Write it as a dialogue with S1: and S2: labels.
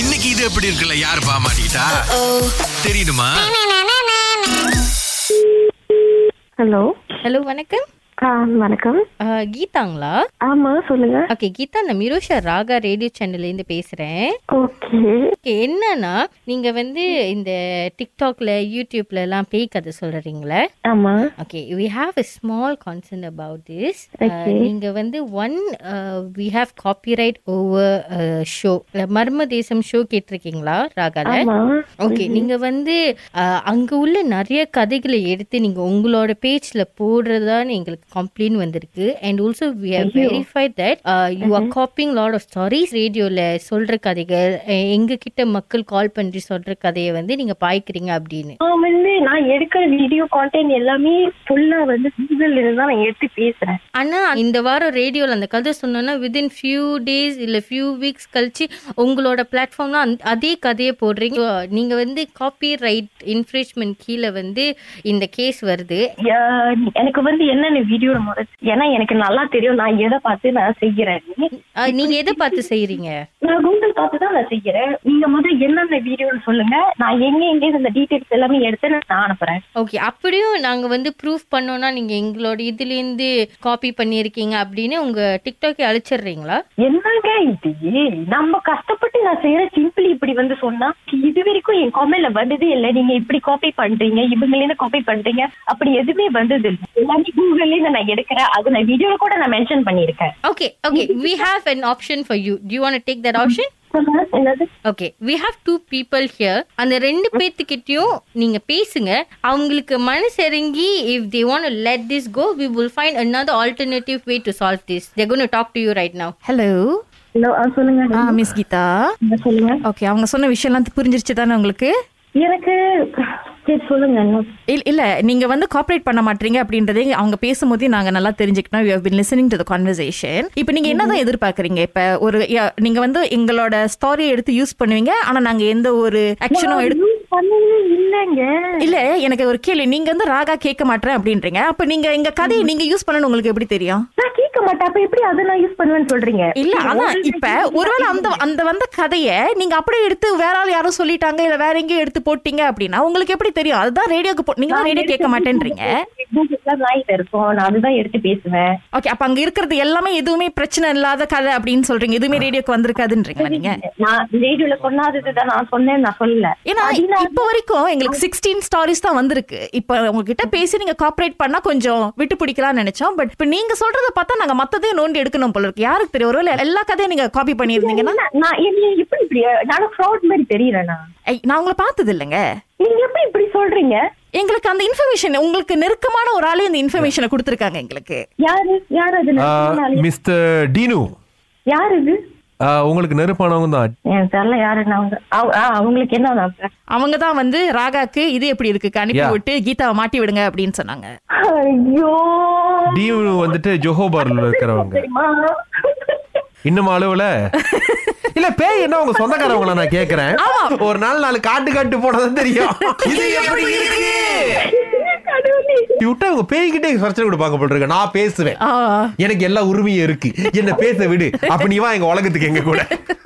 S1: இன்னைக்கு இது எப்படி இருக்குல்ல யார் பாமாட்டா தெரியுமா
S2: ஹலோ
S3: ஹலோ வணக்கம்
S2: ஆ வணக்கம்
S3: ஆ, கீதாங்களா
S2: ஆமா சொல்லுங்க
S3: ஓகே கீதா நான் மிருஷா ராகா ரேடியோ சேனல்ல இருந்து பேசுறேன்
S2: ஓகே
S3: ஓகே என்னன்னா நீங்க வந்து இந்த டிக்டாக்ல யூடியூப்ல எல்லாம் பேய் கதை சொல்றீங்களே
S2: ஆமா
S3: okay we have a small concern about this நீங்க வந்து uh, one we have copyright over show uh, Marma Desam show கேட்டிருக்கீங்களா ராகால
S2: ஆமா
S3: ஓகே நீங்க வந்து அஹ், அங்க உள்ள நிறைய கதைகளை எடுத்து நீங்க உங்களோட பேஜ்ல போடுறதான்னு எங்களுக்கு கம்ப்ளைண்ட் வந்திருக்கு and also we have verified that you are copying lot of stories ரேடியோல சொல்ற கதைகள் அஹ், எங்க கிட்ட மக்கள் கால் பண்ணி சொல்ற கதையை வந்து நீங்க பாய்க்கிறீங்க அப்படின்னு
S2: நான் வந்து நான் எடுக்கிற வீடியோ கான்டென்ட் எல்லாமே ஃபுல்லா வந்து கூகுள் இருந்து தான் நான் எடுத்து பேசுறேன்
S3: ஆனா இந்த வாரம் ரேடியோல அந்த கதை சொன்னோன்னா விதின் ஃபியூ டேஸ் இல்ல ஃபியூ வீக்ஸ் கழிச்சு உங்களோட பிளாட்ஃபார்ம்ல அதே கதையை போடுறீங்க So, நீங்க வந்து காப்பி ரைட் இன்ஃப்ரிச்மெண்ட் கீழே வந்து இந்த கேஸ் வருது
S2: யா- எனக்கு வந்து என்னென்ன வீடியோ முறை ஏன்னா எனக்கு நல்லா தெரியும் நான் எதை பார்த்து நான் செய்யறேன்னு
S3: அஹ், நீங்க எதை பார்த்து செய்யறீங்க
S2: நான் கூகுள் பார்த்து தான் நான் செய்யறேன் நீங்க முதல்ல என்னென்ன வீடியோன்னு சொல்லுங்க நான் எங்க எங்க இந்த டீடைல்ஸ் எல்லாமே எடுத்து நான் அனுப்புறேன்
S3: ஓகே அப்படியும் நாங்க வந்து ப்ரூஃப் பண்ணோம்னா நீங்க எங்களோட இதுல இருந்து காப்பி பண்ணியிருக்கீங்க அப்படின்னு உங்க டிக்டாக்கை அழிச்சிடுறீங்களா
S2: என்னங்க இது நம்ம கஷ்டப்பட்டு நான் செய்யற சிம்பிள் இப்படி வந்து சொன்னா இது வரைக்கும் என் காமெண்ட்ல வந்ததே இல்ல நீங்க இப்படி காப்பி பண்றீங்க இவங்களே காப்பி பண்றீங்க அப்படி எதுவுமே வந்தது இல்ல எல்லாமே கூகுள்ல இருந்து நான் எடுக்கிறேன் அது நான் வீடியோல கூட நான் மென்ஷன் பண்ணிருக்கேன்
S3: okay okay we have an option for you do you want to take that option
S2: என்னது
S3: okay we have two people here அந்த ரெண்டு பேர்த்துக்கிட்டயும் நீங்க பேசுங்க அவங்களுக்கு மனசு இறங்கி if they want let this go we will find another alternative way to solve this they're going to talk to you right now
S4: hello
S2: hello சொல்லுங்க
S4: ஆ மிஸ் கீதா
S2: நீங்க சொல்லுங்க
S4: ஓகே அவங்க சொன்ன விஷயம்லாம் புரிஞ்சிருச்சு தானே உங்களுக்கு
S2: எனக்கு சரி சொல்லுங்க என்ன
S4: இல்ல இல்ல நீங்க வந்து காப்பரேட் பண்ண மாட்டீங்க அப்படின்றதே அவங்க பேசும்போதே நாங்க நல்லா தெரிஞ்சுக்கிட்டோம் you have been listening to the conversation இப்போ நீங்க என்னதான் எதிர்பார்க்கறீங்க இப்ப ஒரு yeah, நீங்க வந்து எங்களோட ஸ்டாரியை எடுத்து யூஸ் பண்ணுவீங்க ஆனா நாங்க எந்த ஒரு ஆக்ஷனும் எடுத்து
S2: use பண்ணவே இல்லைங்க
S4: இல்ல எனக்கு ஒரு கேள்வி நீங்க வந்து ராகா கேட்க மாட்டேன் அப்படின்றீங்க அப்ப நீங்க எங்க கதையை நீங்க யூஸ் பண்ணணும் உங்களுக்கு எப்படி தெரியும்
S2: நான் கேட்க மாட்டேன் அப்ப எப்படி அதை நான் யூஸ் பண்ணுவேன்னு சொல்றீங்க
S4: இல்ல அதான் இப்ப ஒருவேளை அந்த அந்த வந்த கதைய நீங்க அப்படியே எடுத்து வேற ஆள் யாரும் சொல்லிட்டாங்க இல்ல வேற எங்கேயும் எடுத்து போட்டீங்க அப்படின்னா உங்களுக்கு எப்படி தெரியும் அதுதான் ரேடியோக்கு போ நீங்க ரேடியோ கேட்க மாட்டேன்றீங்க
S2: கூகுள்லாம் line இருக்கும் நான் அதுதான் எடுத்து பேசுவேன்
S4: ஓகே அப்ப அங்க இருக்கிறது எல்லாமே எதுவுமே பிரச்சனை இல்லாத கதை அப்படின்னு சொல்றீங்க எதுவுமே ரேடியோக்கு வந்திருக்காதுன்றீங்களா நீங்க
S2: நான் ரேடியோல சொன்னாததுதான் நான் சொன்னேன் நான் சொல்லல
S4: ஏன்னா
S2: அதனால-
S4: இப்ப வரைக்கும் எங்களுக்கு சிக்ஸ்டீன் ஸ்டாரிஸ் தான் வந்திருக்கு இப்ப உங்ககிட்ட பேசி நீங்க காப்பரேட் பண்ணா கொஞ்சம் விட்டு பிடிக்கலாம்னு நினைச்சோம் பட் இப்ப நீங்க சொல்றத பார்த்தா நாங்க மத்ததையும் நோண்டி எடுக்கணும் போல இருக்கு யாருக்கு தெரியும் ஒருவேளை எல்லா கதையும் நீங்க காப்பி பண்ணியிருந்தீங்கன்னா
S2: நான் நான் என்னைய எப்படி இப்படி நானும் ஃப்ராட் மாதிரி தெரியறேனா
S4: ஐ, நான் உங்களை பார்த்தது இல்லைங்க
S2: நீங்க எப்படி இப்படி சொல்றீங்க
S4: எங்களுக்கு அந்த இன்ஃபர்மேஷன் உங்களுக்கு நெருக்கமான ஒரு ஆளே இந்த இன்ஃபர்மேஷனை கொடுத்துருக்காங்க எங்களுக்கு
S2: யாரு யார் அது நெருக்கமான ஆளு?
S5: மிஸ்டர் டீனு
S2: யார் இது
S5: ஆ, உங்களுக்கு நெருப்பானவங்க தான்
S2: எனக்கு தெரியல யாருன்னு அவங்க அவ- ஆ, அவங்களுக்கு என்ன நான்
S4: அவங்க தான் வந்து ராகாக்கு இது எப்படி இருக்கு அனுப்பி
S5: Yeah.
S4: விட்டு கீதாவை மாட்டி விடுங்க அப்படின்னு சொன்னாங்க
S2: ஐயோ
S5: டீனு வந்துட்டு ஜொஹோபார்ல இருக்கிறவங்க
S2: தெரியுமா?
S5: இன்னும் அளவுல இல்ல பேய் என்ன உங்க சொந்தக்காரவங்கள நான் கேக்குறேன் ஒரு நாள் நாலு காட்டு காட்டு போனதும் தெரியும் இது எப்படி இருக்கு
S2: கடவுளே.
S5: இப்படி விட்டா இவங்க பேய்கிட்டே பிரச்சனை கொடுப்பாங்க போல இருக்கு நான் பேசுவேன்
S4: ஆ,
S5: எனக்கு எல்லா உரிமையும் இருக்கு என்ன பேச விடு அப்ப நீ வா எங்க உலகத்துக்கு எங்க கூட